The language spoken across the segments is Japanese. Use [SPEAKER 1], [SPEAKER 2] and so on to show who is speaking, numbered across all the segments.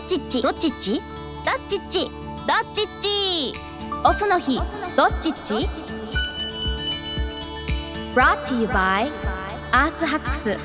[SPEAKER 1] っちっちどっちっちどっちっちどっちっちオフの日どっちっち Brought to you by アースハックス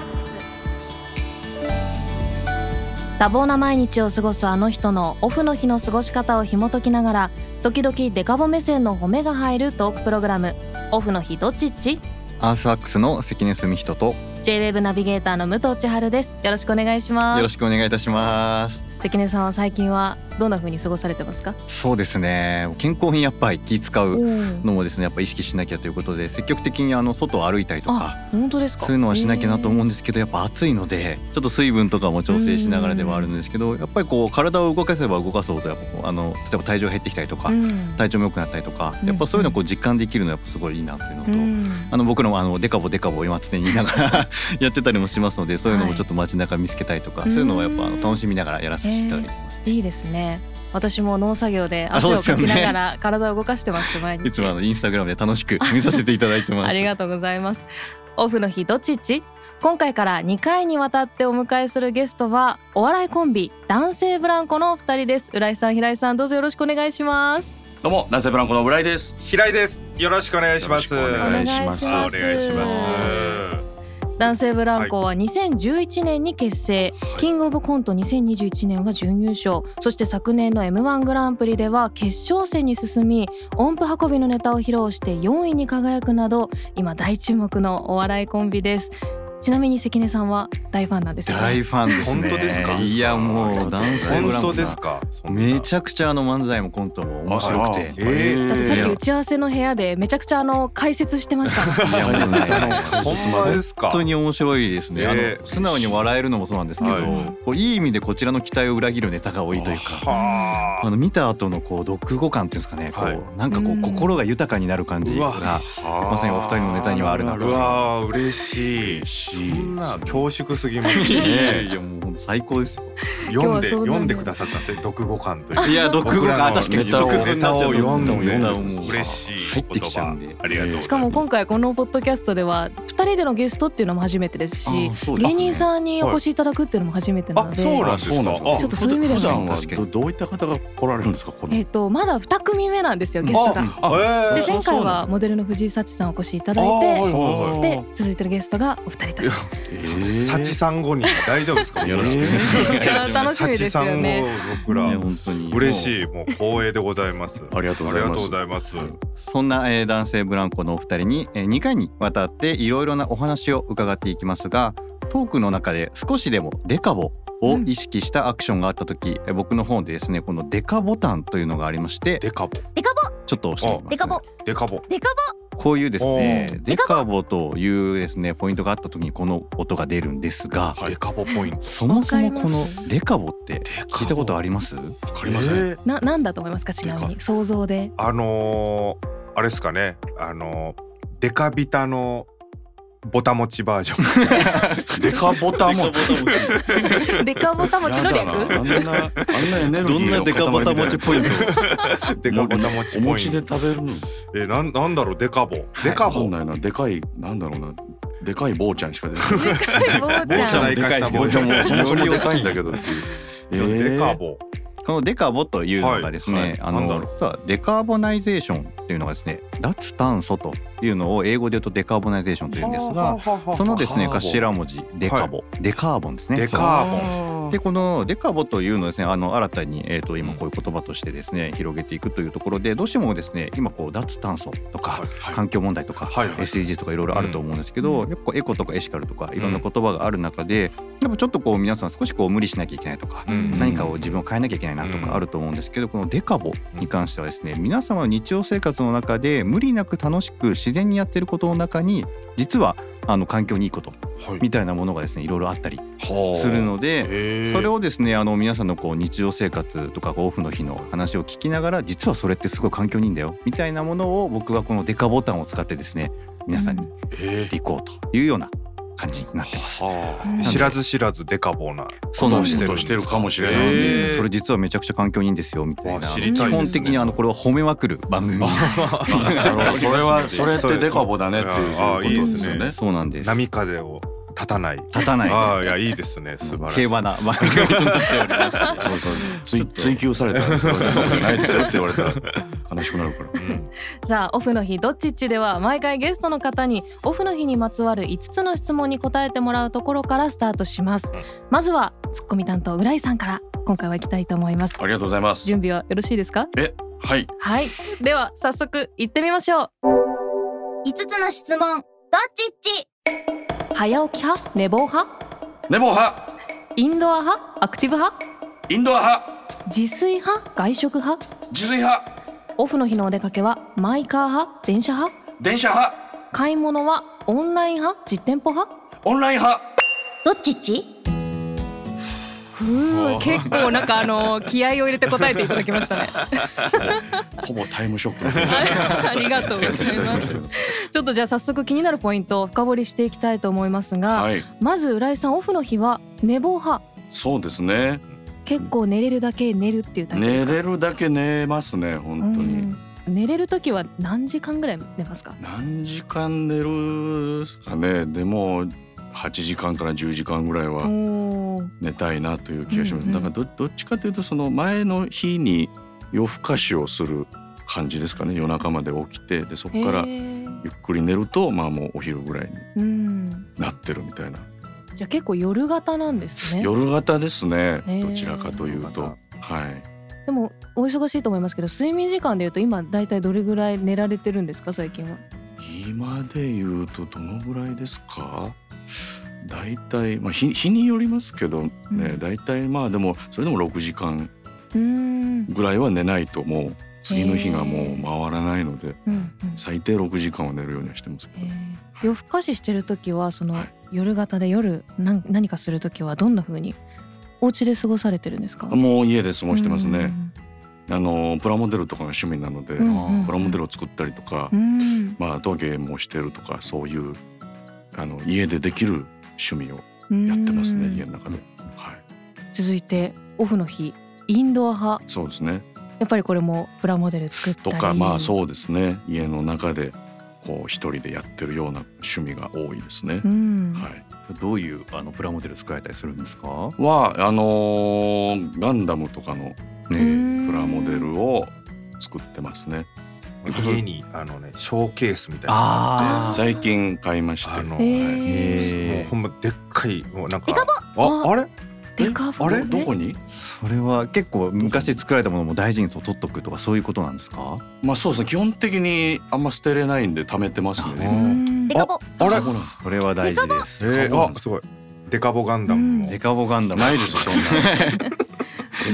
[SPEAKER 2] 多忙な毎日を過ごすあの人のオフの日の過ごし方を紐解きながら時々デカボ目線の褒めが入るトークプログラム「オフの日どっちっち?
[SPEAKER 3] アースアックスの関根澄人と」
[SPEAKER 2] JWEB ナビゲーターの武藤千春ですよろしくお願いし
[SPEAKER 3] よ
[SPEAKER 2] ま
[SPEAKER 3] ろ
[SPEAKER 2] す
[SPEAKER 3] しくお願いいたします
[SPEAKER 2] 関根さんは最近はどんな風に過ごされてますか
[SPEAKER 3] そうですね健康にやっぱり気使う
[SPEAKER 2] 本
[SPEAKER 3] のもですねやっぱ意識しなきゃということで積極的にあの外を歩いたりとか
[SPEAKER 2] 当ですか
[SPEAKER 3] そういうのはしなきゃなと思うん
[SPEAKER 2] で
[SPEAKER 3] ですけどやっぱ暑いのでちょっと水分とかも調整しながらではあるんですけどやっぱりこう体を動かせば動かそうとやっぱこうあの例えば体重が減ってきたりとか体調も良くなったりとかやっぱそういうのをこう実感できるのはやっぱすごいいいなというのと。あの僕らもあのデカボデカボ今常に言いながら やってたりもしますのでそういうのもちょっと街中見つけたりとか、
[SPEAKER 2] はい
[SPEAKER 3] そういうのをやっぱあの楽しみながらやらせていただいてます、
[SPEAKER 2] いいですね私も農作業で
[SPEAKER 3] あそう
[SPEAKER 2] 汗
[SPEAKER 3] で
[SPEAKER 2] を
[SPEAKER 3] すよ
[SPEAKER 2] かき
[SPEAKER 3] ね
[SPEAKER 2] ながら体を動かしてます毎日
[SPEAKER 3] いつもあのインスタグラムで楽しく見させていただいてま す
[SPEAKER 2] ありがとうございます。オフの日どっちっち今回から2回にわたってお迎えするゲストはお笑いコンビ男性ブランコのお二人です浦井さん平井さんどうぞよろしくお願いします
[SPEAKER 4] どうも、男性ブランコの村井です。
[SPEAKER 5] 平井です。よろしくお願いします。
[SPEAKER 3] よろしくお願いします
[SPEAKER 2] お願いします
[SPEAKER 5] お願いします
[SPEAKER 2] 男性ブランコは2011年に結成、キングオブコント2021年は準優勝そして昨年の m 1グランプリでは決勝戦に進み音符運びのネタを披露して4位に輝くなど今大注目のお笑いコンビですちなみに関根さんは大ファンなんですよね
[SPEAKER 3] 大ファンですね
[SPEAKER 5] 本当ですか
[SPEAKER 3] いやもう男性ブラン
[SPEAKER 5] 本
[SPEAKER 3] コ
[SPEAKER 5] 当
[SPEAKER 3] さん
[SPEAKER 5] ですか。
[SPEAKER 3] め
[SPEAKER 5] ゃ
[SPEAKER 3] ちゃくちゃあの漫才もコントも面白くて
[SPEAKER 5] あえー
[SPEAKER 2] だってさっき
[SPEAKER 3] いや
[SPEAKER 2] 打ち合わせの部屋でめちゃくちゃあの解説してました
[SPEAKER 3] いやもうね
[SPEAKER 5] ほんまですか。
[SPEAKER 3] 本当に面白いですね、
[SPEAKER 5] え
[SPEAKER 3] あ
[SPEAKER 5] ー
[SPEAKER 3] の素直に笑えるのもそうなんですけど、
[SPEAKER 5] はい
[SPEAKER 3] こういい意味でこちらの期待を裏切るネタが多いというか
[SPEAKER 5] は
[SPEAKER 3] あの見た後のこう読語感っていうんですかね、
[SPEAKER 5] はい
[SPEAKER 3] こうなんかこ
[SPEAKER 2] う
[SPEAKER 3] うん心が豊かになる感じ
[SPEAKER 5] う
[SPEAKER 3] が
[SPEAKER 5] わあ
[SPEAKER 3] まさにお二人のネタにはあるなと
[SPEAKER 5] うわー嬉しい。そんな恐縮すぎます
[SPEAKER 3] いやい
[SPEAKER 5] ね。
[SPEAKER 3] やもう本当最高ですよ。
[SPEAKER 5] 読
[SPEAKER 2] 今
[SPEAKER 5] ん
[SPEAKER 2] 日は
[SPEAKER 5] で
[SPEAKER 2] そうなんだ
[SPEAKER 5] 読んでくださったんですね。読後感という。
[SPEAKER 3] いや読
[SPEAKER 5] 僕
[SPEAKER 3] 後
[SPEAKER 5] ら
[SPEAKER 3] 感
[SPEAKER 5] の
[SPEAKER 3] 確かに
[SPEAKER 5] ネタを
[SPEAKER 3] 読後感
[SPEAKER 5] ネタを読んで
[SPEAKER 3] ネタを
[SPEAKER 5] もう嬉しい
[SPEAKER 3] 入ってきちゃうんで
[SPEAKER 5] 言葉ありがとうございます。
[SPEAKER 2] しかも今回このポッドキャストでは2人でのゲストっていうのも初めてですし
[SPEAKER 3] あーそうですね
[SPEAKER 2] 芸人さんにお越しいただくっていうのも初めてなの
[SPEAKER 5] あ
[SPEAKER 2] で
[SPEAKER 5] そうなんですか。
[SPEAKER 4] そうなんですか
[SPEAKER 2] ちょっとそういう意味で
[SPEAKER 4] 普
[SPEAKER 2] は
[SPEAKER 4] 段は
[SPEAKER 3] 確か
[SPEAKER 4] ど
[SPEAKER 3] に
[SPEAKER 4] どういった方が来られるんですか、この。
[SPEAKER 2] えっとまだ2組目なんですよゲストが。
[SPEAKER 5] ああえ
[SPEAKER 2] で
[SPEAKER 5] ー
[SPEAKER 2] 前回
[SPEAKER 4] そうな
[SPEAKER 2] は
[SPEAKER 4] んだ
[SPEAKER 2] モデルの藤井幸さんをお越しいた
[SPEAKER 5] あ
[SPEAKER 2] だい
[SPEAKER 5] ー
[SPEAKER 2] て
[SPEAKER 5] はいはいはい
[SPEAKER 2] で続いてるゲストがお二人という
[SPEAKER 4] えー
[SPEAKER 5] サチさん後に大丈夫ですか。
[SPEAKER 4] よろしくね
[SPEAKER 2] いや楽し
[SPEAKER 5] サ
[SPEAKER 2] み
[SPEAKER 5] チ
[SPEAKER 2] です
[SPEAKER 5] さ
[SPEAKER 2] よ
[SPEAKER 5] ん
[SPEAKER 2] ね。
[SPEAKER 5] 後僕
[SPEAKER 3] い
[SPEAKER 5] ら
[SPEAKER 3] や。本当に
[SPEAKER 5] 嬉
[SPEAKER 3] い。
[SPEAKER 5] しいもう光栄でございます。
[SPEAKER 4] ありがとうござい
[SPEAKER 5] ありが
[SPEAKER 4] ます
[SPEAKER 5] とうございます。
[SPEAKER 3] そんな、えー男性ブランコのお二人に、えー、2回にわたっていろいろなお話を伺っていきますがトークの中で少しでもデカボを意識したアクションがあった時、えー僕の方でですねこのデカボタンというのがありまして
[SPEAKER 5] デカボ
[SPEAKER 1] デカボ
[SPEAKER 3] ちょっと押してみます、
[SPEAKER 1] デカボ
[SPEAKER 5] デカボ。
[SPEAKER 1] デカ
[SPEAKER 3] こういうです
[SPEAKER 5] お
[SPEAKER 3] ね
[SPEAKER 5] ー
[SPEAKER 3] デカボというですねポイントがあった時にこの音が出るんですが、
[SPEAKER 5] デカボポイント。
[SPEAKER 3] そもそもこの
[SPEAKER 2] わかります
[SPEAKER 3] デカボって聞いたことあります
[SPEAKER 4] わかりません。
[SPEAKER 5] えー
[SPEAKER 2] ななんだと思いますかちなみに想像で。
[SPEAKER 5] あのー、あれですかね。あのー、デカビタのボタ持ちバージョン。
[SPEAKER 4] デカボタも。
[SPEAKER 2] デカボタ持ちの
[SPEAKER 4] やだなあ
[SPEAKER 2] 略
[SPEAKER 4] んな、あんなエネルギ
[SPEAKER 3] ど
[SPEAKER 4] ー。
[SPEAKER 3] んなデカボタ持ちポイント。
[SPEAKER 5] デカボタ持ち
[SPEAKER 4] お
[SPEAKER 5] ポイ
[SPEAKER 4] 餅
[SPEAKER 5] ン
[SPEAKER 4] で
[SPEAKER 5] ト。
[SPEAKER 4] 食べるの。
[SPEAKER 5] えー、なんなんだろうデカボ。デカ
[SPEAKER 4] わか
[SPEAKER 5] ボ
[SPEAKER 4] ん。ないな、でかい、なんだろうな。でかい坊ちゃんしか出てこ ない。
[SPEAKER 2] 坊ち
[SPEAKER 5] 坊ちゃん
[SPEAKER 2] ゃん
[SPEAKER 5] でかいし
[SPEAKER 4] 坊ちゃんも、そもそも
[SPEAKER 5] より
[SPEAKER 4] で
[SPEAKER 5] 大きい
[SPEAKER 4] かいんだけどっていう。えー
[SPEAKER 5] デカボ。
[SPEAKER 3] このデカボというのがですね、
[SPEAKER 5] はいはい
[SPEAKER 3] あ
[SPEAKER 5] なんだ
[SPEAKER 3] の
[SPEAKER 5] ろう
[SPEAKER 3] 実はデカーボナイゼーションっていうのがですね脱炭素というのを英語で言うとデカーボナイゼーションというんですがそのですね
[SPEAKER 4] カーボン
[SPEAKER 3] 頭文字デカボ、デカーボンですね
[SPEAKER 5] デカーボン。
[SPEAKER 4] ン
[SPEAKER 3] でこのデカボというのをですねあの新たに、えー、と今こういう言葉としてですね広げていくというところでどうしてもですね今こう脱炭素とか環境問題とか
[SPEAKER 5] はいはい
[SPEAKER 3] SDGs とかいろいろあると思うんですけど、
[SPEAKER 2] うん
[SPEAKER 3] やっぱこうエコとかエシカルとかいろんな言葉がある中で、やっぱちょっとこう皆さん少しこう無理しなきゃいけないとか、
[SPEAKER 5] うん
[SPEAKER 3] 何かを自分を変えなきゃいけないなと
[SPEAKER 5] う
[SPEAKER 3] か
[SPEAKER 5] ん
[SPEAKER 3] あると思うんですけど、このデカボに関してはですね皆様の日常生活の中で無理なく楽しく自然にやってることの中に実はあの環境にいいことみたいなものがですねいろいろあったりするので。それをですねあの皆さんのこう日常生活とかオフの日の話を聞きながら実はそれってすごい環境にいいんだよみたいなものを僕はこのデカボタンを使ってですね皆さんにやっていこうというような感じになってます。
[SPEAKER 2] うん
[SPEAKER 5] 知らず知らずデカボな。
[SPEAKER 3] そ
[SPEAKER 4] ど
[SPEAKER 3] の
[SPEAKER 4] うしてるしてるかもしれない。
[SPEAKER 5] えー
[SPEAKER 3] それ実はめちゃくちゃ環境にいいんですよみたいな
[SPEAKER 5] わ知
[SPEAKER 2] りたいですね
[SPEAKER 3] 基本的にあのこれは褒めまくる番組
[SPEAKER 4] なるほどそれはそれってデカボだねっていう
[SPEAKER 5] あー
[SPEAKER 4] ことですよ
[SPEAKER 5] いいで
[SPEAKER 4] ね。
[SPEAKER 3] そうなんです
[SPEAKER 5] 波風を立たない。
[SPEAKER 3] 立たない
[SPEAKER 5] ああいやいいですね素晴らしい。
[SPEAKER 3] 平和な番組となっております。
[SPEAKER 4] そうそう追追求さ れたらそれはないですよって言われたら悲しくなるから。
[SPEAKER 5] うん
[SPEAKER 2] さあオフの日どっちっちでは毎回ゲストの方にオフの日にまつわる5つの質問に答えてもらうところからスタートします、
[SPEAKER 5] うん
[SPEAKER 2] まずはツッコミ担当浦井さんから今回は行きたいと思います
[SPEAKER 4] ありがとうございます。
[SPEAKER 2] 準備はよろしいですか
[SPEAKER 4] えはい
[SPEAKER 2] はいでは早速行ってみましょう
[SPEAKER 1] 五つの質問どっちっち
[SPEAKER 2] 早起き派寝坊派
[SPEAKER 4] ネボ派
[SPEAKER 2] インドア派アクティブ派
[SPEAKER 4] インドア派
[SPEAKER 2] 自炊派外食派
[SPEAKER 4] 自炊派
[SPEAKER 2] オフの日のお出かけはマイカー派電車派
[SPEAKER 4] 電車派
[SPEAKER 2] 買い物はオンライン派実店舗派
[SPEAKER 4] オンライン派
[SPEAKER 1] どっちっち
[SPEAKER 2] ふう結構なんかあの気合を入れて答えていただきましたね
[SPEAKER 4] ほぼタイムショックみたいな
[SPEAKER 2] ありがとうご
[SPEAKER 4] やつ
[SPEAKER 2] ざ
[SPEAKER 4] い
[SPEAKER 2] い
[SPEAKER 4] ただき
[SPEAKER 2] ま
[SPEAKER 4] ま
[SPEAKER 2] す
[SPEAKER 4] したけど。
[SPEAKER 2] ちょっとじゃあ早速気になるポイントを深掘りしていきたいと思いますが、
[SPEAKER 4] はい
[SPEAKER 2] まず浦井さんオフの日は寝坊派
[SPEAKER 4] そうですね。
[SPEAKER 2] 結構寝れるだけ寝るっていうタイプです
[SPEAKER 4] 寝
[SPEAKER 2] か
[SPEAKER 4] れるだけ寝ますね本当に。
[SPEAKER 2] うん寝れる時は何時間ぐらい寝ますか
[SPEAKER 4] 何時間寝るっすかねでも8時間から10時間ぐらいは
[SPEAKER 2] おー
[SPEAKER 4] 寝たいなという気がしま
[SPEAKER 2] う
[SPEAKER 4] す、
[SPEAKER 2] んうん
[SPEAKER 4] なんかどどっちかというとその前の日に夜更かしをする感じですかね夜中まで起きてでそこから
[SPEAKER 2] へ
[SPEAKER 4] ゆ
[SPEAKER 2] ー
[SPEAKER 4] っくり寝るとまあもうお昼ぐらいに
[SPEAKER 2] うん
[SPEAKER 4] なってるみたいな、
[SPEAKER 2] じゃあ結構夜型なんですね
[SPEAKER 4] 夜型ですね
[SPEAKER 2] へー
[SPEAKER 4] どちらかというと
[SPEAKER 5] 夜
[SPEAKER 4] はい
[SPEAKER 2] でもお忙しいと思いますけど睡眠時間でいうと今だいたいどれぐらい寝られてるんですか最近は
[SPEAKER 4] 今で言うとどのぐらいですか大体、まあ、日日によりますけどね、
[SPEAKER 2] うん
[SPEAKER 4] 大体まあでもそれでも6時間
[SPEAKER 2] うーん
[SPEAKER 4] ぐらいは寝ないともう次の日がもう回らないので
[SPEAKER 2] うんうん
[SPEAKER 4] 最低6時間は寝るようにはしてますけど、
[SPEAKER 2] えー夜更かししてる時はその
[SPEAKER 4] はい
[SPEAKER 2] 夜型で夜なん何かする時はどんな風にお家で過ごされてるんですか
[SPEAKER 4] もう家で過ごしてますね、
[SPEAKER 2] ん
[SPEAKER 4] あのプラモデルとかが趣味なので、
[SPEAKER 2] うんうん
[SPEAKER 4] プラモデルを作ったりとか、
[SPEAKER 2] うん
[SPEAKER 4] まあ、陶芸もしてるとかそういうあの家でできる趣味を
[SPEAKER 2] うん
[SPEAKER 4] やってますね、
[SPEAKER 2] うん
[SPEAKER 4] 家の中で、はい、
[SPEAKER 2] 続いてオフの日インドア派
[SPEAKER 4] そうですね
[SPEAKER 2] やっぱりこれもプラモデル作った
[SPEAKER 4] と
[SPEAKER 2] り
[SPEAKER 4] かまあそうですね家の中でこう一人でやってるような趣味が多いですね
[SPEAKER 2] う、ん、
[SPEAKER 4] はい
[SPEAKER 3] どういうあのプラモデル作られたりするんですか？
[SPEAKER 4] はあのーガンダムとかの
[SPEAKER 2] うん
[SPEAKER 4] プラモデルを作ってますね
[SPEAKER 5] 家にあのねショーケースみたいな。
[SPEAKER 3] あ
[SPEAKER 4] 最近買いまして
[SPEAKER 5] あの、
[SPEAKER 2] へ
[SPEAKER 5] はい
[SPEAKER 2] ー
[SPEAKER 5] もうほんまでっかいもうなんか
[SPEAKER 1] デカ
[SPEAKER 5] ああれ
[SPEAKER 2] デカボ
[SPEAKER 4] あれ
[SPEAKER 2] ね
[SPEAKER 4] どこに
[SPEAKER 3] それは結構昔作られたものも大事にそう取っとくとかそういうことなんですか？
[SPEAKER 4] まあそうですね基本的にあんま捨てれないんで貯めてますね
[SPEAKER 2] う
[SPEAKER 3] あ
[SPEAKER 4] 今
[SPEAKER 2] ん
[SPEAKER 1] デカボ
[SPEAKER 5] あれ
[SPEAKER 3] それは大事です。
[SPEAKER 5] え
[SPEAKER 4] そうなん
[SPEAKER 5] ー、
[SPEAKER 4] で
[SPEAKER 5] あ
[SPEAKER 4] す
[SPEAKER 5] すごいデカボガンダムも、
[SPEAKER 2] うん
[SPEAKER 3] デカボガンダム
[SPEAKER 4] ないですよそんな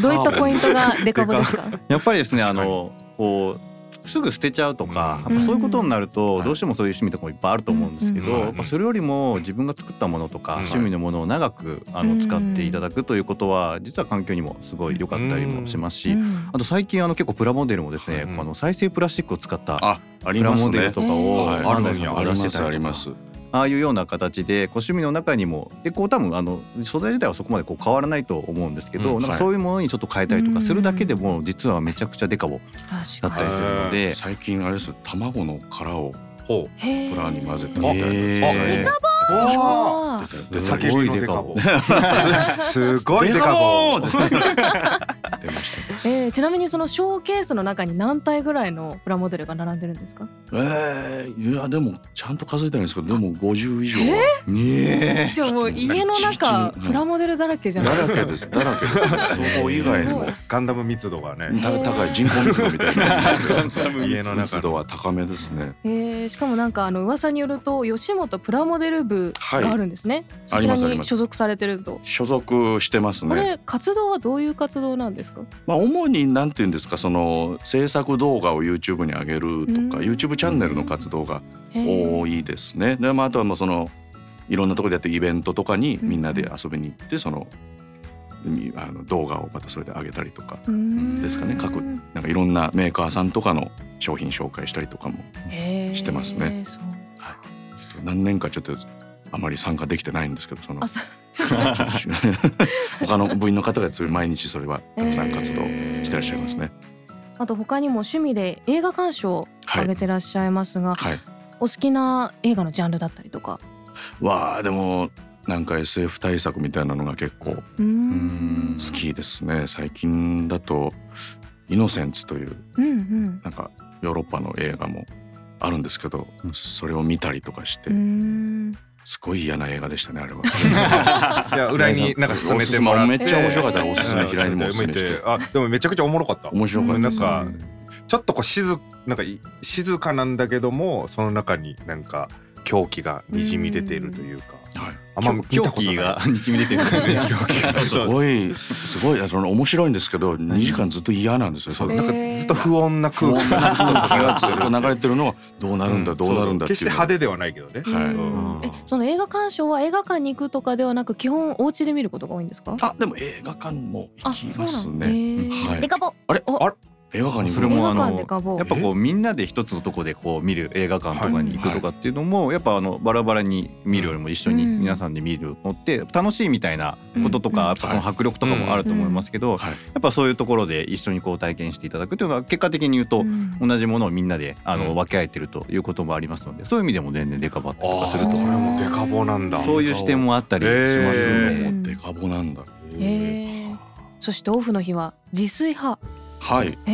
[SPEAKER 2] どういったポイントがデカボですか
[SPEAKER 3] やっぱりですねあ
[SPEAKER 5] 確かに
[SPEAKER 3] のこうすぐ捨てちゃうとか、
[SPEAKER 5] うん
[SPEAKER 3] やっぱそういうことになると、
[SPEAKER 4] はい
[SPEAKER 3] どうしてもそういう趣味とかもいっぱいあると思うんですけど、
[SPEAKER 5] うん
[SPEAKER 3] やっぱそれよりも自分が作ったものとか、
[SPEAKER 5] うん
[SPEAKER 3] 趣味のものを長くあ
[SPEAKER 2] うん
[SPEAKER 3] の使っていただくということは実は環境にもすごい良かったりもしますし、
[SPEAKER 2] うん
[SPEAKER 3] あと最近あの結構プラモデルもですね、
[SPEAKER 5] うん
[SPEAKER 3] あの再生プラスチックを使った
[SPEAKER 4] ああ
[SPEAKER 3] プ
[SPEAKER 4] り
[SPEAKER 3] ラ
[SPEAKER 4] ま
[SPEAKER 3] モ
[SPEAKER 4] す
[SPEAKER 3] デル
[SPEAKER 4] ね
[SPEAKER 3] とか
[SPEAKER 2] え
[SPEAKER 3] を
[SPEAKER 2] ー
[SPEAKER 4] はい
[SPEAKER 3] 安西さん
[SPEAKER 4] あ
[SPEAKER 3] が
[SPEAKER 4] り
[SPEAKER 3] 出し
[SPEAKER 4] ま
[SPEAKER 3] てた
[SPEAKER 4] すあ
[SPEAKER 3] り
[SPEAKER 4] り
[SPEAKER 3] と
[SPEAKER 4] ま
[SPEAKER 3] か
[SPEAKER 4] す
[SPEAKER 3] ああいうような形でこう趣味の中にもでこう多分あの素材自体はそこまでこう変わらないと思うんですけど、
[SPEAKER 5] うん
[SPEAKER 3] なん
[SPEAKER 4] は
[SPEAKER 3] か
[SPEAKER 4] い
[SPEAKER 3] そういうものにちょっと変えたりとかするだけでも実はめちゃくちゃデカボだっ
[SPEAKER 2] 確
[SPEAKER 3] た
[SPEAKER 2] か
[SPEAKER 3] りするので、
[SPEAKER 4] 最近あれです卵の殻を
[SPEAKER 5] ほ
[SPEAKER 2] にへー
[SPEAKER 4] プラに混ぜて
[SPEAKER 5] あ
[SPEAKER 4] みたいな
[SPEAKER 5] へ
[SPEAKER 3] ー
[SPEAKER 5] う
[SPEAKER 2] あ
[SPEAKER 5] わ
[SPEAKER 2] ー
[SPEAKER 5] ーです
[SPEAKER 3] ごい
[SPEAKER 5] 先行きのデカボすごいデカボ
[SPEAKER 4] デカボー出ました
[SPEAKER 2] えーちなみにそのショーケースの中に何体ぐらいのプラモデルが並んでるんですか
[SPEAKER 4] えー、いやでもちゃんと数えてないんですけどでも50以上は
[SPEAKER 3] ねえ
[SPEAKER 2] じゃあもう家の中
[SPEAKER 4] 一日に
[SPEAKER 2] プラモデルだらけじゃない
[SPEAKER 4] だ
[SPEAKER 2] で
[SPEAKER 4] ら
[SPEAKER 2] す
[SPEAKER 4] け
[SPEAKER 2] か
[SPEAKER 4] です だらけ ですねそこ以外にも
[SPEAKER 5] ガンダム密度がね
[SPEAKER 4] た高い人口密度みたいな
[SPEAKER 5] 家の中
[SPEAKER 4] 密度は高めですね
[SPEAKER 2] えーしかもなんかあの噂によると吉本プラモデル部があるんですね、
[SPEAKER 4] はいあり
[SPEAKER 2] そ
[SPEAKER 4] ま
[SPEAKER 2] ち
[SPEAKER 4] す
[SPEAKER 2] ら
[SPEAKER 4] あり
[SPEAKER 2] に
[SPEAKER 4] ます
[SPEAKER 2] 所属されてると
[SPEAKER 4] 所属してます
[SPEAKER 2] こ
[SPEAKER 4] ね
[SPEAKER 2] れ活動はどういう活動なんですか
[SPEAKER 4] まあ主になんて言うんですかその制作動画を YouTube に上げると
[SPEAKER 2] う
[SPEAKER 4] か
[SPEAKER 2] ん
[SPEAKER 4] YouTube チャンネルの活動が
[SPEAKER 2] へー
[SPEAKER 4] 多いですねでまああとはもうそのいろんなところでやってるイベントとかにみんなで遊びに行ってそのみあの動画をまたそれで上げたりとか
[SPEAKER 2] うーん
[SPEAKER 4] ですかね各なんかいろんなメーカーさんとかの商品紹介したりとかも
[SPEAKER 2] へー
[SPEAKER 4] してますね
[SPEAKER 2] そう
[SPEAKER 4] ちょっと何年かちょっとあまり参加できてないんですけどその
[SPEAKER 2] あそう
[SPEAKER 4] ちょっとし 他の部員の方が毎日それはたくさん活動してらっしゃいますね。
[SPEAKER 2] あと他にも趣味で映画鑑賞を
[SPEAKER 4] はい
[SPEAKER 2] 挙げてらっしゃいますが、
[SPEAKER 4] はい、
[SPEAKER 2] お好きな映画のジャンルだったりとか
[SPEAKER 4] わあでもなんか SF 対策みたいなのが結構
[SPEAKER 2] う
[SPEAKER 3] うんん
[SPEAKER 4] 好きですね最近だと「イノセンツ」という
[SPEAKER 2] うんうん
[SPEAKER 4] なんかヨーロッパの映画もあるんですけど、
[SPEAKER 3] うん
[SPEAKER 4] それを見たりとかして、
[SPEAKER 2] うん
[SPEAKER 4] すごい嫌な映画でしたねあれは。
[SPEAKER 5] い や裏になんか勧めてもらって
[SPEAKER 4] おすすめめっちゃ面白かった
[SPEAKER 2] えー
[SPEAKER 4] おすすめ平井にもおすすめして
[SPEAKER 5] あでもめちゃくちゃおもろかった
[SPEAKER 4] 面白かったですね
[SPEAKER 5] なんかちょっとこう静なんかい静かなんだけどもその中になんか狂気がにじみ出ているというか、
[SPEAKER 4] はい
[SPEAKER 5] あんま見たことない
[SPEAKER 3] がにじみ出てるんですね
[SPEAKER 4] すごいすごいその面白いんですけど2時間ずっと嫌なんですよ。
[SPEAKER 5] そう
[SPEAKER 4] そ
[SPEAKER 5] なん
[SPEAKER 4] れ
[SPEAKER 5] かずっと不穏な
[SPEAKER 4] 不
[SPEAKER 5] 空
[SPEAKER 4] 穏
[SPEAKER 5] 気
[SPEAKER 4] な空気がずっと流れてるのはどうなるんだどうなるんだって
[SPEAKER 5] 決
[SPEAKER 4] いう
[SPEAKER 5] して派手ではないけどね
[SPEAKER 4] はい
[SPEAKER 2] うんえその映画鑑賞は映画館に行くとかではなく基本お家で見ることが多いんですか
[SPEAKER 4] あでも映画館も行きます
[SPEAKER 2] あそう
[SPEAKER 4] ね。
[SPEAKER 2] なんだへー
[SPEAKER 4] はい
[SPEAKER 1] デカボ
[SPEAKER 4] あれ
[SPEAKER 2] お
[SPEAKER 4] あれ映画館に行
[SPEAKER 3] そ
[SPEAKER 4] く
[SPEAKER 3] れ
[SPEAKER 2] 映
[SPEAKER 3] も
[SPEAKER 2] 画
[SPEAKER 3] あの
[SPEAKER 2] 館でかぼう
[SPEAKER 3] やっぱこうみんなで一つのとこでこう見る映画館とかに行くとかっていうのもやっぱあのバラバラに見るよりも一緒に
[SPEAKER 2] うん
[SPEAKER 3] 皆さんで見るのって楽しいみたいなこととか
[SPEAKER 2] うん
[SPEAKER 3] やっぱその迫力とかもあると思いますけどや
[SPEAKER 4] はい
[SPEAKER 3] っぱそういうところで一緒にこう体験していただくというのは結果的に言うと
[SPEAKER 2] うん
[SPEAKER 3] 同じものをみんなであ
[SPEAKER 5] う
[SPEAKER 3] の
[SPEAKER 5] ん
[SPEAKER 3] 分け合えてるということもありますのでそういう意味でも全然デカバったりと
[SPEAKER 5] あ
[SPEAKER 3] か
[SPEAKER 5] あ
[SPEAKER 3] す
[SPEAKER 5] そ
[SPEAKER 3] る
[SPEAKER 5] れ
[SPEAKER 3] と
[SPEAKER 5] これもデカボなんだ
[SPEAKER 3] そういう視点もあったりしますの
[SPEAKER 4] も
[SPEAKER 3] で
[SPEAKER 2] へ
[SPEAKER 4] うデカボなんだ。
[SPEAKER 2] へーそしてオフの日は自炊派
[SPEAKER 4] はい。
[SPEAKER 2] へ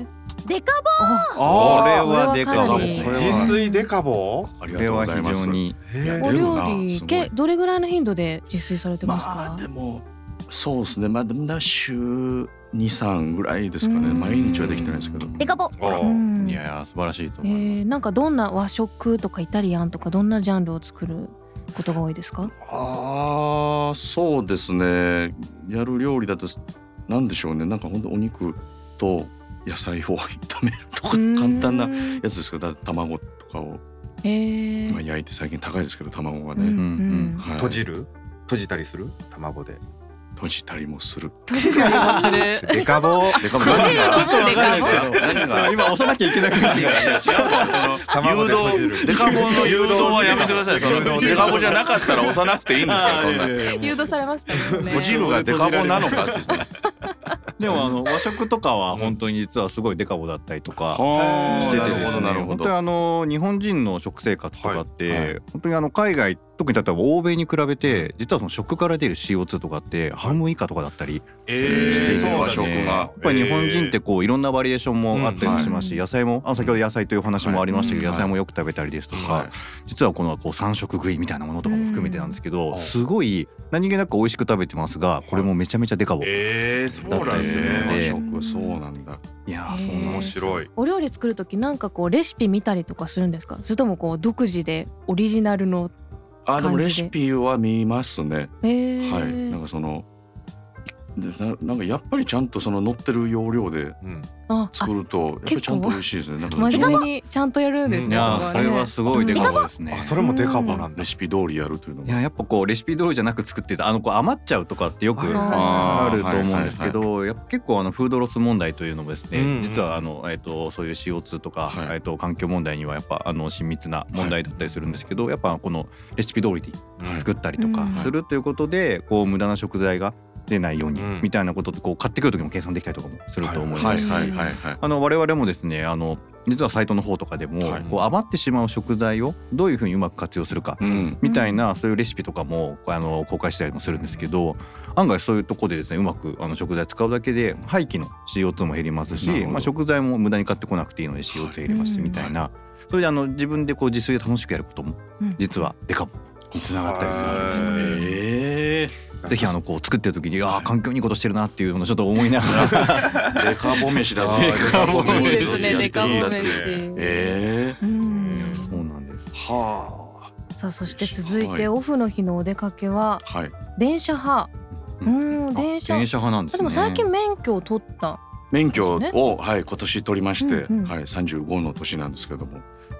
[SPEAKER 2] え
[SPEAKER 1] デカボ
[SPEAKER 3] こ
[SPEAKER 5] あ
[SPEAKER 3] れ
[SPEAKER 5] あ
[SPEAKER 3] はデカ
[SPEAKER 4] こ
[SPEAKER 3] バ
[SPEAKER 4] れ
[SPEAKER 3] です
[SPEAKER 4] はかな
[SPEAKER 3] ね
[SPEAKER 4] り
[SPEAKER 5] 自炊デカボ
[SPEAKER 4] あり
[SPEAKER 3] これ
[SPEAKER 4] がとうご
[SPEAKER 3] は
[SPEAKER 4] ざい
[SPEAKER 3] 非
[SPEAKER 4] ます
[SPEAKER 3] 常。に
[SPEAKER 5] へ
[SPEAKER 4] 出
[SPEAKER 2] お
[SPEAKER 5] え
[SPEAKER 4] るな
[SPEAKER 2] 料理
[SPEAKER 4] す
[SPEAKER 2] け
[SPEAKER 4] ごい
[SPEAKER 2] どれぐらいの頻度で自炊されてます
[SPEAKER 4] まあ
[SPEAKER 2] か
[SPEAKER 4] でもそうですねまあでもだ週23ぐらいですかね
[SPEAKER 2] うん
[SPEAKER 4] 毎日はできてないですけど
[SPEAKER 1] デカボ
[SPEAKER 5] あ
[SPEAKER 2] う
[SPEAKER 5] ー
[SPEAKER 2] ん
[SPEAKER 3] いやー素晴らしいと
[SPEAKER 2] え
[SPEAKER 3] 思います。
[SPEAKER 2] ーなんかどんな和食とかイタリアンとかどんなジャンルを作ることが多いですか
[SPEAKER 4] ああそうですねやる料理だとなんでしょうねなんかほんとお肉と野菜を炒めるとか簡単な
[SPEAKER 2] うん
[SPEAKER 4] やつですけどだ卵とかを、
[SPEAKER 2] へえ
[SPEAKER 4] まあ、焼いて最近高いですけど卵が
[SPEAKER 2] うんう
[SPEAKER 4] ね、
[SPEAKER 2] ん
[SPEAKER 4] はい
[SPEAKER 5] 閉じる閉じたりする卵で
[SPEAKER 4] 閉じたりもする
[SPEAKER 2] 閉じたりもする
[SPEAKER 5] デカボ
[SPEAKER 4] でか
[SPEAKER 2] 閉じる
[SPEAKER 3] ちょっとわかんないですけど
[SPEAKER 4] 何が
[SPEAKER 3] 今押さなきゃいけなくなるからね。
[SPEAKER 5] 卵で閉じる
[SPEAKER 4] デカボの誘導はやめてく ださい。そ
[SPEAKER 5] 誘
[SPEAKER 4] の
[SPEAKER 5] 導
[SPEAKER 4] デカボじゃなかったら押さなくていいんですから、そんな。
[SPEAKER 2] 誘導されましたもんね
[SPEAKER 4] 閉じるがデカボなのかって。
[SPEAKER 3] でもあの和食とかは本当に実はすごいデカボだったりとか。
[SPEAKER 4] は
[SPEAKER 3] し
[SPEAKER 4] あ
[SPEAKER 3] てて
[SPEAKER 4] な
[SPEAKER 3] ですね
[SPEAKER 4] るほど、なるほ
[SPEAKER 3] 本当
[SPEAKER 4] ど
[SPEAKER 3] に。あの日本人の食生活とかっ
[SPEAKER 4] はいは
[SPEAKER 3] て本当にあの海外特に例えば欧米に比べて実はその食から出る CO2 とかって半分以下とかだったりしてい
[SPEAKER 4] えー
[SPEAKER 3] る
[SPEAKER 4] そう
[SPEAKER 3] わ
[SPEAKER 4] だ
[SPEAKER 3] け
[SPEAKER 4] ね
[SPEAKER 3] で
[SPEAKER 4] そうか
[SPEAKER 3] やっぱり日本人ってこういろんなバリエーションもあったりもします
[SPEAKER 2] う
[SPEAKER 3] し
[SPEAKER 2] ん
[SPEAKER 3] 野菜もあの先ほど野菜というお話もありましたけど
[SPEAKER 4] はい
[SPEAKER 3] 野菜もよく食べたりですと
[SPEAKER 4] は
[SPEAKER 3] か
[SPEAKER 4] い
[SPEAKER 3] 実はこのこう三食食いみたいなものとかも含めてなんですけ
[SPEAKER 4] う
[SPEAKER 3] ど
[SPEAKER 4] ん
[SPEAKER 3] すごい何気なく美味しく食べてますがこれもめちゃめちゃデカボ
[SPEAKER 5] えー、そ
[SPEAKER 3] だったりするので
[SPEAKER 4] えー和食そうなんだ。
[SPEAKER 3] いや
[SPEAKER 2] へ
[SPEAKER 3] ー
[SPEAKER 2] ー
[SPEAKER 3] そうなん
[SPEAKER 5] 面
[SPEAKER 3] です
[SPEAKER 5] 白い
[SPEAKER 2] お料理作る時なんかこうレシピ見たりとかするんですかそれともこう独自でオリジナルの
[SPEAKER 4] あ、でも
[SPEAKER 2] 感じで
[SPEAKER 4] レシピは見ますね。
[SPEAKER 2] え
[SPEAKER 4] はい。
[SPEAKER 2] ー
[SPEAKER 4] なんかその。でななんかやっぱりちゃんとその乗ってる要領で
[SPEAKER 5] うん
[SPEAKER 2] ああ
[SPEAKER 4] 作るとやっぱりちゃんと美味しいですね。なんか
[SPEAKER 2] 真
[SPEAKER 4] 自分
[SPEAKER 2] 面目
[SPEAKER 4] の
[SPEAKER 2] にちゃんとやるんです
[SPEAKER 3] い
[SPEAKER 2] ね。
[SPEAKER 3] や
[SPEAKER 2] そこは
[SPEAKER 3] ーそ
[SPEAKER 2] ね
[SPEAKER 3] れはすごいデカボですね
[SPEAKER 5] あ。それもデカボなんだ
[SPEAKER 4] レシピ通りやるというの
[SPEAKER 3] いや
[SPEAKER 4] が。
[SPEAKER 3] やっぱこうレシピ通りじゃなく作ってたあのこう余っちゃうとかってよく
[SPEAKER 2] あ
[SPEAKER 3] あ
[SPEAKER 4] ー
[SPEAKER 3] ると思うんですけどやっぱ結構あのフードロス問題というのもです
[SPEAKER 5] うんうん
[SPEAKER 3] ね実はあのえっとそういう CO2 とか
[SPEAKER 4] はい
[SPEAKER 3] えっと環境問題にはやっぱあの親密な問題だったりするんですけどやっぱこのレシピ通りで
[SPEAKER 5] うん
[SPEAKER 3] 作ったりとか
[SPEAKER 2] うん
[SPEAKER 3] するということでこう無駄な食材が出ないように
[SPEAKER 5] うん
[SPEAKER 3] みたいなことってこう買ってくる時も計算できたりとかもすると思い
[SPEAKER 4] は
[SPEAKER 3] ま
[SPEAKER 4] い
[SPEAKER 3] すし
[SPEAKER 4] はいはいはい。
[SPEAKER 3] あの我々もですねあの実はサイトの方とかでも、
[SPEAKER 4] はい
[SPEAKER 3] こう余ってしまう食材をどういうふうにうまく活用するか、
[SPEAKER 4] うん。
[SPEAKER 3] みたいなそういうレシピとかもあの公開したりもするんですけど案外そういうとこでですねうまくあの食材使うだけで廃棄の CO2 も減りますし
[SPEAKER 4] なるほ、ど
[SPEAKER 3] まあ、食材も無駄に買ってこなくていいので CO2 減りますみたいな、それであの自分でこう自炊で楽しくやることも
[SPEAKER 2] うん
[SPEAKER 3] 実はデカボにつながったりするので。
[SPEAKER 4] ええ
[SPEAKER 3] ぜひあのこう作ってる時にああ環境にいいことしてるなっていうのをちょっと思いながら
[SPEAKER 4] ー、デカボ飯だぞ。
[SPEAKER 3] デ カボ
[SPEAKER 2] いい
[SPEAKER 3] 飯
[SPEAKER 2] ですね。デ
[SPEAKER 4] デ
[SPEAKER 2] カ
[SPEAKER 4] カ
[SPEAKER 2] ボ
[SPEAKER 4] ボ
[SPEAKER 2] 飯
[SPEAKER 4] 飯。ええ
[SPEAKER 2] うん
[SPEAKER 3] そうなんです
[SPEAKER 4] は
[SPEAKER 2] さあそして続いてオフの日のお出かけは
[SPEAKER 4] あ。はい。
[SPEAKER 2] 電車派。う、
[SPEAKER 3] うんあ
[SPEAKER 2] 電車。
[SPEAKER 3] 電車派なんで
[SPEAKER 2] あ
[SPEAKER 3] す
[SPEAKER 2] で
[SPEAKER 3] ね
[SPEAKER 2] も最近免許を取った。
[SPEAKER 4] 免許を、
[SPEAKER 2] です
[SPEAKER 4] はい今年取りまして、
[SPEAKER 2] うんうん
[SPEAKER 4] はい35の年なんですけども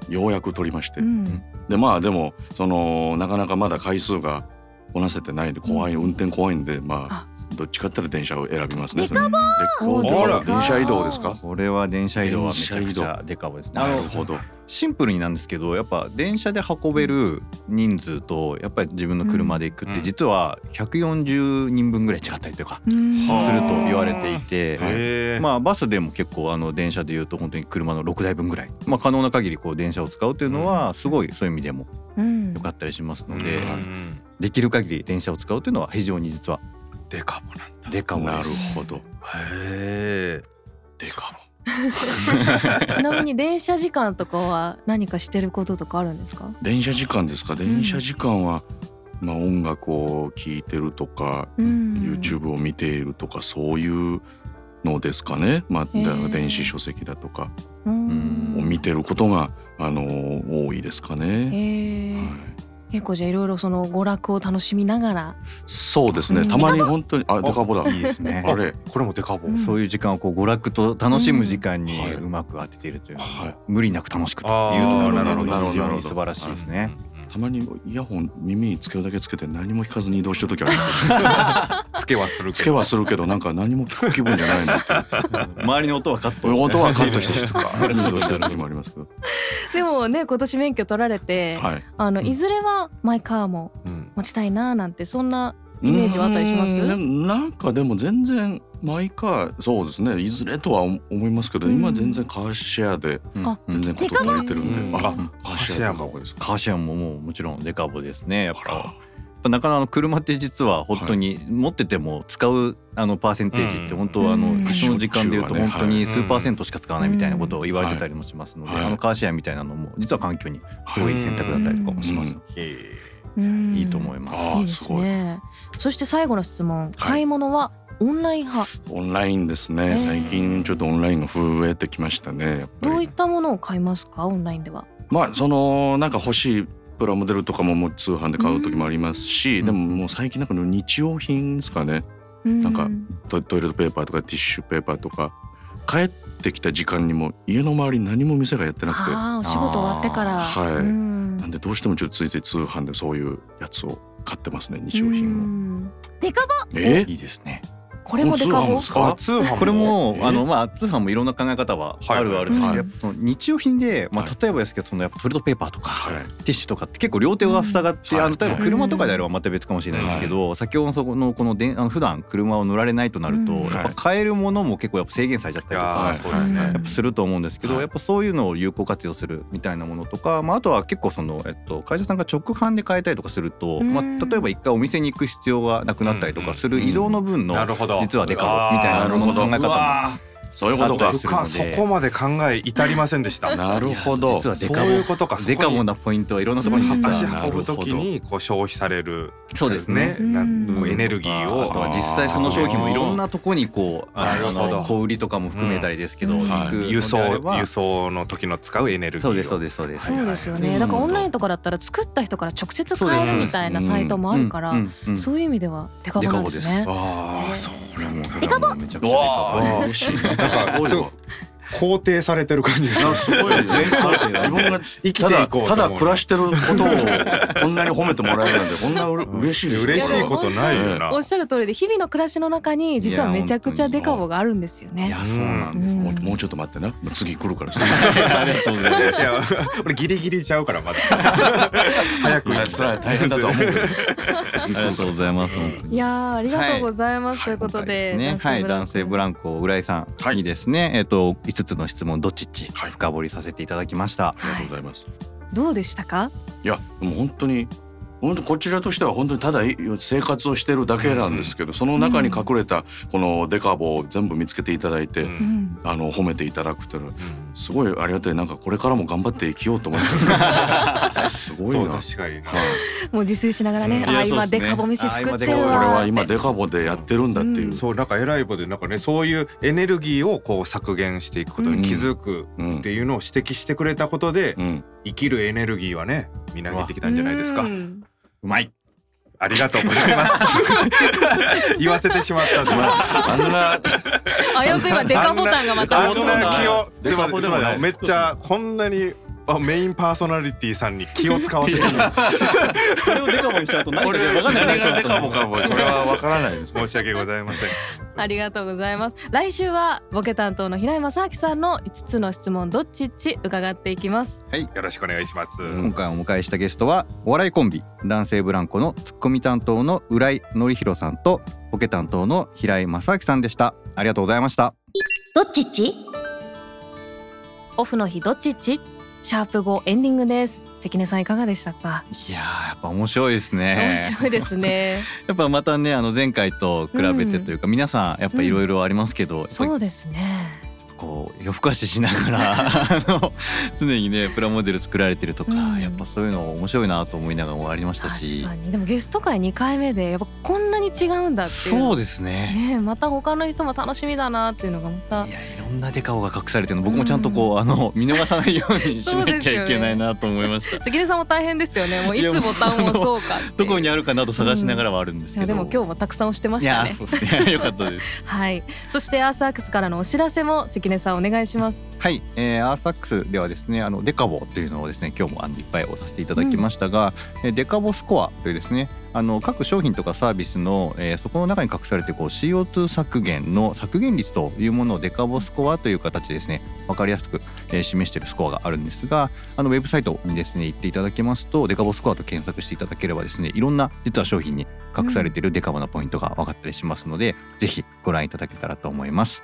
[SPEAKER 4] ようやく取りまして、
[SPEAKER 2] うん
[SPEAKER 4] でまあでもそのなかなかまだ回数がこなせてないんで怖い、運転怖いんでまあ
[SPEAKER 2] あ、
[SPEAKER 4] どっちかって言ったら電車を選びますね。
[SPEAKER 1] デ
[SPEAKER 4] カボー。デカボ
[SPEAKER 5] あ
[SPEAKER 4] ー
[SPEAKER 5] ら
[SPEAKER 4] って電車移動ですか。
[SPEAKER 3] これは電車移動はめちゃくちゃデカボですね
[SPEAKER 4] な
[SPEAKER 3] あ
[SPEAKER 4] る
[SPEAKER 3] の
[SPEAKER 4] ほど。
[SPEAKER 3] シンプルになんですけどやっぱ電車で運べる人数とやっぱり自分の車で行くっ
[SPEAKER 5] う
[SPEAKER 3] て
[SPEAKER 5] ん
[SPEAKER 3] 実は140人分ぐらい違ったりとか
[SPEAKER 2] うん
[SPEAKER 3] すると
[SPEAKER 5] はあ
[SPEAKER 3] 言われていて
[SPEAKER 4] はい
[SPEAKER 5] え
[SPEAKER 3] まあバスでも結構あの電車でいうと本当に車の6台分ぐらい、まあ、可能な限りこう電車を使うというのはすごいそういう意味でも
[SPEAKER 2] うん
[SPEAKER 3] 良かったりしますの
[SPEAKER 5] で
[SPEAKER 3] でできる限り電車を使うというのは非常に実は
[SPEAKER 5] デカボなんだ
[SPEAKER 3] デカボ
[SPEAKER 4] な
[SPEAKER 3] で
[SPEAKER 4] る
[SPEAKER 3] す。
[SPEAKER 4] ほど。
[SPEAKER 5] へえ
[SPEAKER 4] デカ
[SPEAKER 2] ちなみに電車時間とかは何かしてることとかあるんですか
[SPEAKER 4] ボ。電車時間ですか。電車時間はまあ音楽を聴いてるとか、
[SPEAKER 2] うん、
[SPEAKER 4] YouTube を見ているとかそういうのですかね。まあ
[SPEAKER 2] へ
[SPEAKER 4] だ
[SPEAKER 2] ー
[SPEAKER 4] 電子書籍だとか
[SPEAKER 2] う
[SPEAKER 4] を
[SPEAKER 2] ん
[SPEAKER 4] 見てることがあの多いですかね。
[SPEAKER 2] へえ
[SPEAKER 4] はい
[SPEAKER 2] 結構じゃあいろいろその娯楽を楽しみながら
[SPEAKER 4] そうですね。
[SPEAKER 2] うん
[SPEAKER 4] たまに本当にあ
[SPEAKER 5] あ
[SPEAKER 4] デカボだ。
[SPEAKER 3] いいですね
[SPEAKER 4] あれ
[SPEAKER 5] これもデカボ
[SPEAKER 2] うん
[SPEAKER 3] そういう時間をこう娯楽と楽しむ時間に
[SPEAKER 4] うんはいう
[SPEAKER 3] まく当てているというのは、
[SPEAKER 4] はい
[SPEAKER 3] 無理なく楽しくというところなので非常に素晴らしいですね。
[SPEAKER 4] たまにイヤホン耳につけるだけつけて何も聞かずに移動してる時ある。
[SPEAKER 5] つけはする
[SPEAKER 4] つ
[SPEAKER 5] け
[SPEAKER 4] け
[SPEAKER 5] ど
[SPEAKER 4] はするけどなんか何も聞く気分じゃない なってい う。
[SPEAKER 3] 周りの音はカット。
[SPEAKER 4] 音はカットして静かに移動してる時もありますけど。
[SPEAKER 2] でもね今年免許取られて、
[SPEAKER 4] はい。
[SPEAKER 2] あの
[SPEAKER 3] うん
[SPEAKER 2] いずれはマイカーも
[SPEAKER 5] うん
[SPEAKER 2] 持ちたいななんてそんなイメージはあったりします
[SPEAKER 4] うーんなんかでも全然毎回そうですねいずれとは思いますけど、
[SPEAKER 2] うん
[SPEAKER 4] 今全然カーシェアで
[SPEAKER 3] うん
[SPEAKER 2] あ
[SPEAKER 4] 全然こと足りてるんで、
[SPEAKER 5] うん
[SPEAKER 4] あ
[SPEAKER 5] う
[SPEAKER 4] カーシェアとか多いですか
[SPEAKER 3] カーシェアももうもちろんデカボですね。やっぱ
[SPEAKER 4] あ
[SPEAKER 3] や
[SPEAKER 4] ら
[SPEAKER 3] っぱなかなかあの車って実は本当に持ってても使うあのパーセンテージって本当はあ
[SPEAKER 2] うん
[SPEAKER 3] の一緒の時間でいうと
[SPEAKER 4] うん
[SPEAKER 3] 本当に
[SPEAKER 5] しょっち
[SPEAKER 3] 数
[SPEAKER 5] ゅうはねはい
[SPEAKER 3] パーセントしか使わないみたいなことを言われてたりもしますの
[SPEAKER 4] うん
[SPEAKER 3] で、あのカーシェアみたいなのも実は環境にすごい選択だったりとかもします。
[SPEAKER 5] へ
[SPEAKER 2] うん
[SPEAKER 3] いいと思います。
[SPEAKER 4] あ
[SPEAKER 2] い
[SPEAKER 4] ー
[SPEAKER 2] いですす
[SPEAKER 4] ごい
[SPEAKER 2] ねそして最後の質問、買い物はオンライン派
[SPEAKER 4] オンラインですね、
[SPEAKER 2] えー
[SPEAKER 4] 最近ちょっとオンラインが増えてきましたねやっぱ
[SPEAKER 2] どうい
[SPEAKER 4] り
[SPEAKER 2] ったものを買いますかオンラインでは
[SPEAKER 4] まあそのなんか欲しいプラモデルとかももう通販で買う時もありますし、
[SPEAKER 3] うん
[SPEAKER 4] でももう最近なんかの日用品ですかね
[SPEAKER 2] なん
[SPEAKER 4] かトトイレットペーパーとかティッシュペーパーとか帰ってきた時間にも家の周りに何も店がやってなくて
[SPEAKER 2] ああお仕事終わってから
[SPEAKER 4] あーはい
[SPEAKER 2] うん
[SPEAKER 4] なんでどうしてもちょっとついつい通販でそういうやつを買ってますね日
[SPEAKER 2] う
[SPEAKER 4] 用品を。
[SPEAKER 2] ん
[SPEAKER 1] デカボ
[SPEAKER 4] え
[SPEAKER 3] いいですね。
[SPEAKER 2] これもデカ
[SPEAKER 4] も
[SPEAKER 2] ボ
[SPEAKER 4] う通販です
[SPEAKER 5] あ通販
[SPEAKER 3] これも
[SPEAKER 5] え
[SPEAKER 3] あのまあ通販もいろんな考え方はあるはあるんですけど、
[SPEAKER 4] はい
[SPEAKER 3] やっぱその日用品でま
[SPEAKER 4] は
[SPEAKER 3] あ
[SPEAKER 4] い
[SPEAKER 3] 例えばですけどそのやっぱトイレットペーパーとか、
[SPEAKER 4] はい
[SPEAKER 3] ティッシュとかって結構両手が塞がって、
[SPEAKER 4] うん
[SPEAKER 3] あ
[SPEAKER 4] は
[SPEAKER 3] の
[SPEAKER 4] い
[SPEAKER 3] 例えば車とかであればまた別かもしれないですけど、先ほどのそこのこのでんあの普段車を乗られないとなる
[SPEAKER 2] う
[SPEAKER 3] と、
[SPEAKER 2] ん
[SPEAKER 3] やっぱ買えるものも結構やっぱ制限されちゃった
[SPEAKER 5] い
[SPEAKER 3] りと
[SPEAKER 5] やー
[SPEAKER 3] か。
[SPEAKER 5] そうで
[SPEAKER 2] は
[SPEAKER 5] すね
[SPEAKER 2] い
[SPEAKER 3] やっぱすると思うんですけど、
[SPEAKER 4] はい
[SPEAKER 3] やっぱそういうのを有効活用するみたいなものとか、まあ、あとは結構その、えっと、会社さんが直販で買えたりとかすると、
[SPEAKER 2] うん
[SPEAKER 3] まあ、例えば一回お店に行く必要がなくなったりとかする移動の分の
[SPEAKER 5] なるほど
[SPEAKER 3] 実はデカボみたいなものの考え方も
[SPEAKER 5] あ
[SPEAKER 4] そういうことか
[SPEAKER 3] あったりする
[SPEAKER 5] ー
[SPEAKER 3] の
[SPEAKER 5] か
[SPEAKER 3] で
[SPEAKER 5] そこまで考え至りませんで した
[SPEAKER 4] なるほど。
[SPEAKER 3] 実はデ
[SPEAKER 5] そ
[SPEAKER 3] カ
[SPEAKER 5] う
[SPEAKER 3] ボ
[SPEAKER 5] いうことかそこ
[SPEAKER 3] デ
[SPEAKER 5] に
[SPEAKER 3] カボなポイントはいろんなところに
[SPEAKER 2] うん
[SPEAKER 5] 足
[SPEAKER 3] 実は
[SPEAKER 5] 運ぶときにこう消費される
[SPEAKER 3] そうですね
[SPEAKER 5] な
[SPEAKER 2] うん
[SPEAKER 5] こうエネルギー
[SPEAKER 3] あと
[SPEAKER 5] を
[SPEAKER 3] は実際その商品もいろんなとこにこう
[SPEAKER 5] な
[SPEAKER 3] あ
[SPEAKER 5] るほど
[SPEAKER 3] の小売りとかも含めたりですけど、
[SPEAKER 2] うん
[SPEAKER 3] 行くので
[SPEAKER 5] 輸
[SPEAKER 3] あ
[SPEAKER 5] 送
[SPEAKER 3] れば
[SPEAKER 5] 輸送の時の使うエネルギーを
[SPEAKER 3] そうですそうですそうです。
[SPEAKER 2] そうですよ
[SPEAKER 5] はいはいは
[SPEAKER 2] ね
[SPEAKER 5] い
[SPEAKER 2] だからオンラインとかだったら作った人から直接買えるみたいなサイトもあるから
[SPEAKER 3] うんうん
[SPEAKER 2] そういう意味ではデカボなんですね。
[SPEAKER 5] ああそ
[SPEAKER 4] これもう
[SPEAKER 1] デカボ
[SPEAKER 3] めちゃくちゃデ
[SPEAKER 4] う
[SPEAKER 3] カ
[SPEAKER 4] わ
[SPEAKER 3] ボ
[SPEAKER 4] あ
[SPEAKER 5] わ
[SPEAKER 4] 嬉しい。
[SPEAKER 5] な
[SPEAKER 4] なん
[SPEAKER 5] ん
[SPEAKER 4] か
[SPEAKER 5] か
[SPEAKER 4] すごいわ。
[SPEAKER 5] う肯定されてる感じが
[SPEAKER 4] なんかすごい ですね。自分が
[SPEAKER 5] 生き
[SPEAKER 4] た
[SPEAKER 5] てい
[SPEAKER 4] だ
[SPEAKER 5] こう
[SPEAKER 4] ただ暮らしててることをこんなに褒めてもらえるなんてこんなうれ嬉しいですね。
[SPEAKER 5] 嬉しいこ
[SPEAKER 4] こ
[SPEAKER 5] とないよな
[SPEAKER 2] おっしゃる通りで日々の暮らしの中に実はい
[SPEAKER 3] や
[SPEAKER 2] めちゃくちゃデカボがあるんですよ
[SPEAKER 3] い
[SPEAKER 2] ね。
[SPEAKER 3] やそうなんです。
[SPEAKER 4] れもう
[SPEAKER 2] うん
[SPEAKER 4] もうちょっと待ってな。もう次来るからさ。
[SPEAKER 3] ありがとうございます。
[SPEAKER 5] いや俺ギリギリちゃうか らまだ早く
[SPEAKER 4] い
[SPEAKER 5] 行
[SPEAKER 4] や
[SPEAKER 5] き
[SPEAKER 4] 辛
[SPEAKER 5] た
[SPEAKER 4] い大変だとは思うけど。
[SPEAKER 3] ありがとうございます。本当
[SPEAKER 2] い
[SPEAKER 3] に。
[SPEAKER 2] やーありがとうございます、
[SPEAKER 4] はい
[SPEAKER 2] ということで、
[SPEAKER 3] ね、はい、男性ブラ
[SPEAKER 2] ン
[SPEAKER 3] ンコ浦井さんにですね、えっと五つの質問どっちっち深掘りさせていただきました。
[SPEAKER 4] ありがとうございます。
[SPEAKER 2] コどうでしたか？
[SPEAKER 4] いやでも本当に本当こちらとしては本当にただ生活をしてるだけなんですけど、その中に隠れたこのデカボを全部見つけていただいて、
[SPEAKER 5] うん
[SPEAKER 2] うん、
[SPEAKER 4] あの褒めていただくというのはすごいありがたいなんかこれからも頑張って生きようと思って るすごい
[SPEAKER 5] そう
[SPEAKER 4] な。はい
[SPEAKER 5] 確かにな
[SPEAKER 2] もう自炊しながらね、
[SPEAKER 3] うん
[SPEAKER 2] あー
[SPEAKER 3] いや
[SPEAKER 2] 今
[SPEAKER 3] そうで
[SPEAKER 2] です
[SPEAKER 3] ね
[SPEAKER 2] カボ飯作って
[SPEAKER 3] あー今デカ
[SPEAKER 2] る
[SPEAKER 3] ボ
[SPEAKER 4] 俺は
[SPEAKER 2] わ。
[SPEAKER 4] 今デカボでやってるんだっていうう、
[SPEAKER 2] ん
[SPEAKER 5] そうなんか偉いボでなんかねそういうエネルギーをこう削減していくことに気づく
[SPEAKER 4] うん
[SPEAKER 5] っていうのを指摘してくれたことで
[SPEAKER 4] うん
[SPEAKER 5] 生きるエネルギーはねみなぎってきたんじゃないですか
[SPEAKER 2] うん
[SPEAKER 3] うまい。
[SPEAKER 5] ありがとうございます 言わせてしまった
[SPEAKER 4] あんな
[SPEAKER 2] あよく今デカボタンがまた
[SPEAKER 5] あ
[SPEAKER 2] 戻
[SPEAKER 5] ん
[SPEAKER 2] った
[SPEAKER 5] な気をすいま
[SPEAKER 4] デカボ
[SPEAKER 5] せんい
[SPEAKER 4] ですもない
[SPEAKER 5] ませんめっちゃこんなにあメインパーソナリティさんに気を使わせてるんです
[SPEAKER 3] これをデカボにしちゃうと何か分かんない
[SPEAKER 4] 何がデカボかもそれはわからないです
[SPEAKER 5] 申し訳ございません
[SPEAKER 2] ありがとうございます来週はボケ担当の平井正明さんの5つの質問どっちっち伺っていきます
[SPEAKER 5] はいよろしくお願いします、
[SPEAKER 4] ん
[SPEAKER 3] 今回お迎えしたゲストはお笑いコンビ男性ブランコのツッコミ担当の浦井典弘さんとボケ担当の平井正明さんでしたありがとうございました
[SPEAKER 1] どっちっち
[SPEAKER 2] オフの日どっちっちシャープ5エンディングです関根さんいかがでしたか、
[SPEAKER 3] いやーやっぱ面白いですね
[SPEAKER 2] 面白いですね
[SPEAKER 3] やっぱまたねあの前回と比べてというか、皆さんやっぱいろいろありますけど、やっぱり
[SPEAKER 2] そうですね
[SPEAKER 3] こう夜更かししな がらあの常にねプラモデル作られてるとか、
[SPEAKER 2] うん
[SPEAKER 3] やっぱそういうの面白いなと思いながらもありました
[SPEAKER 2] 確
[SPEAKER 3] し
[SPEAKER 2] かにでもゲスト会2回目でやっぱこんなに違うんだっていう
[SPEAKER 3] そう
[SPEAKER 2] で
[SPEAKER 3] ですね。
[SPEAKER 2] ねえまた他の人も楽しみだなっていうのがまた
[SPEAKER 3] いやいろんなデカオが隠されてるの僕もちゃんとこう、あの見逃さないようにし
[SPEAKER 2] そう
[SPEAKER 3] な
[SPEAKER 2] です
[SPEAKER 3] き
[SPEAKER 2] よね
[SPEAKER 3] ゃいけないなと思いました。
[SPEAKER 2] 関根さんも大変ですよねもうい
[SPEAKER 3] いや
[SPEAKER 2] つ
[SPEAKER 3] もう
[SPEAKER 2] ボタンを押そうかっていう
[SPEAKER 3] どこにあるかなど探しながらはあるんで
[SPEAKER 2] い
[SPEAKER 3] すけど。
[SPEAKER 2] やでも今日もたくさん押してま
[SPEAKER 3] い
[SPEAKER 2] した
[SPEAKER 3] や
[SPEAKER 2] ね
[SPEAKER 3] そうですねよかったです。
[SPEAKER 2] はい、そしてアースアークスからのお知らせも関根さんお願いします。
[SPEAKER 3] はい、えー、アーサックスではですねあのデカボというのをですね今日もあのいっぱいおさせていただきましたが、えーデカボスコアというですねあの各商品とかサービスの、えーそこの中に隠されてこう CO2 削減の削減率というものをデカボスコアという形でですね分かりやすく、えー示しているスコアがあるんですがあのウェブサイトにですね行っていただきますとデカボスコアと検索していただければですねいろんな実は商品に隠されているデカボなポイントが分かったりしますので、ぜひご覧いただけたらと思います。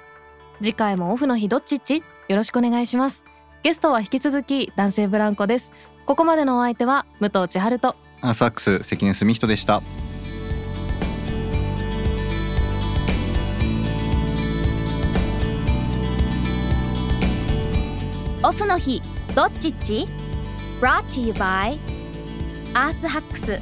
[SPEAKER 2] 次回もオフの日どっちっちよろしくお願いします。ゲストは引き続き男性ブランコです。ここまでのお相手は武藤千春と
[SPEAKER 3] アーサックス関根澄人でした。
[SPEAKER 1] オフの日どっちっち Brought to you by アースハックス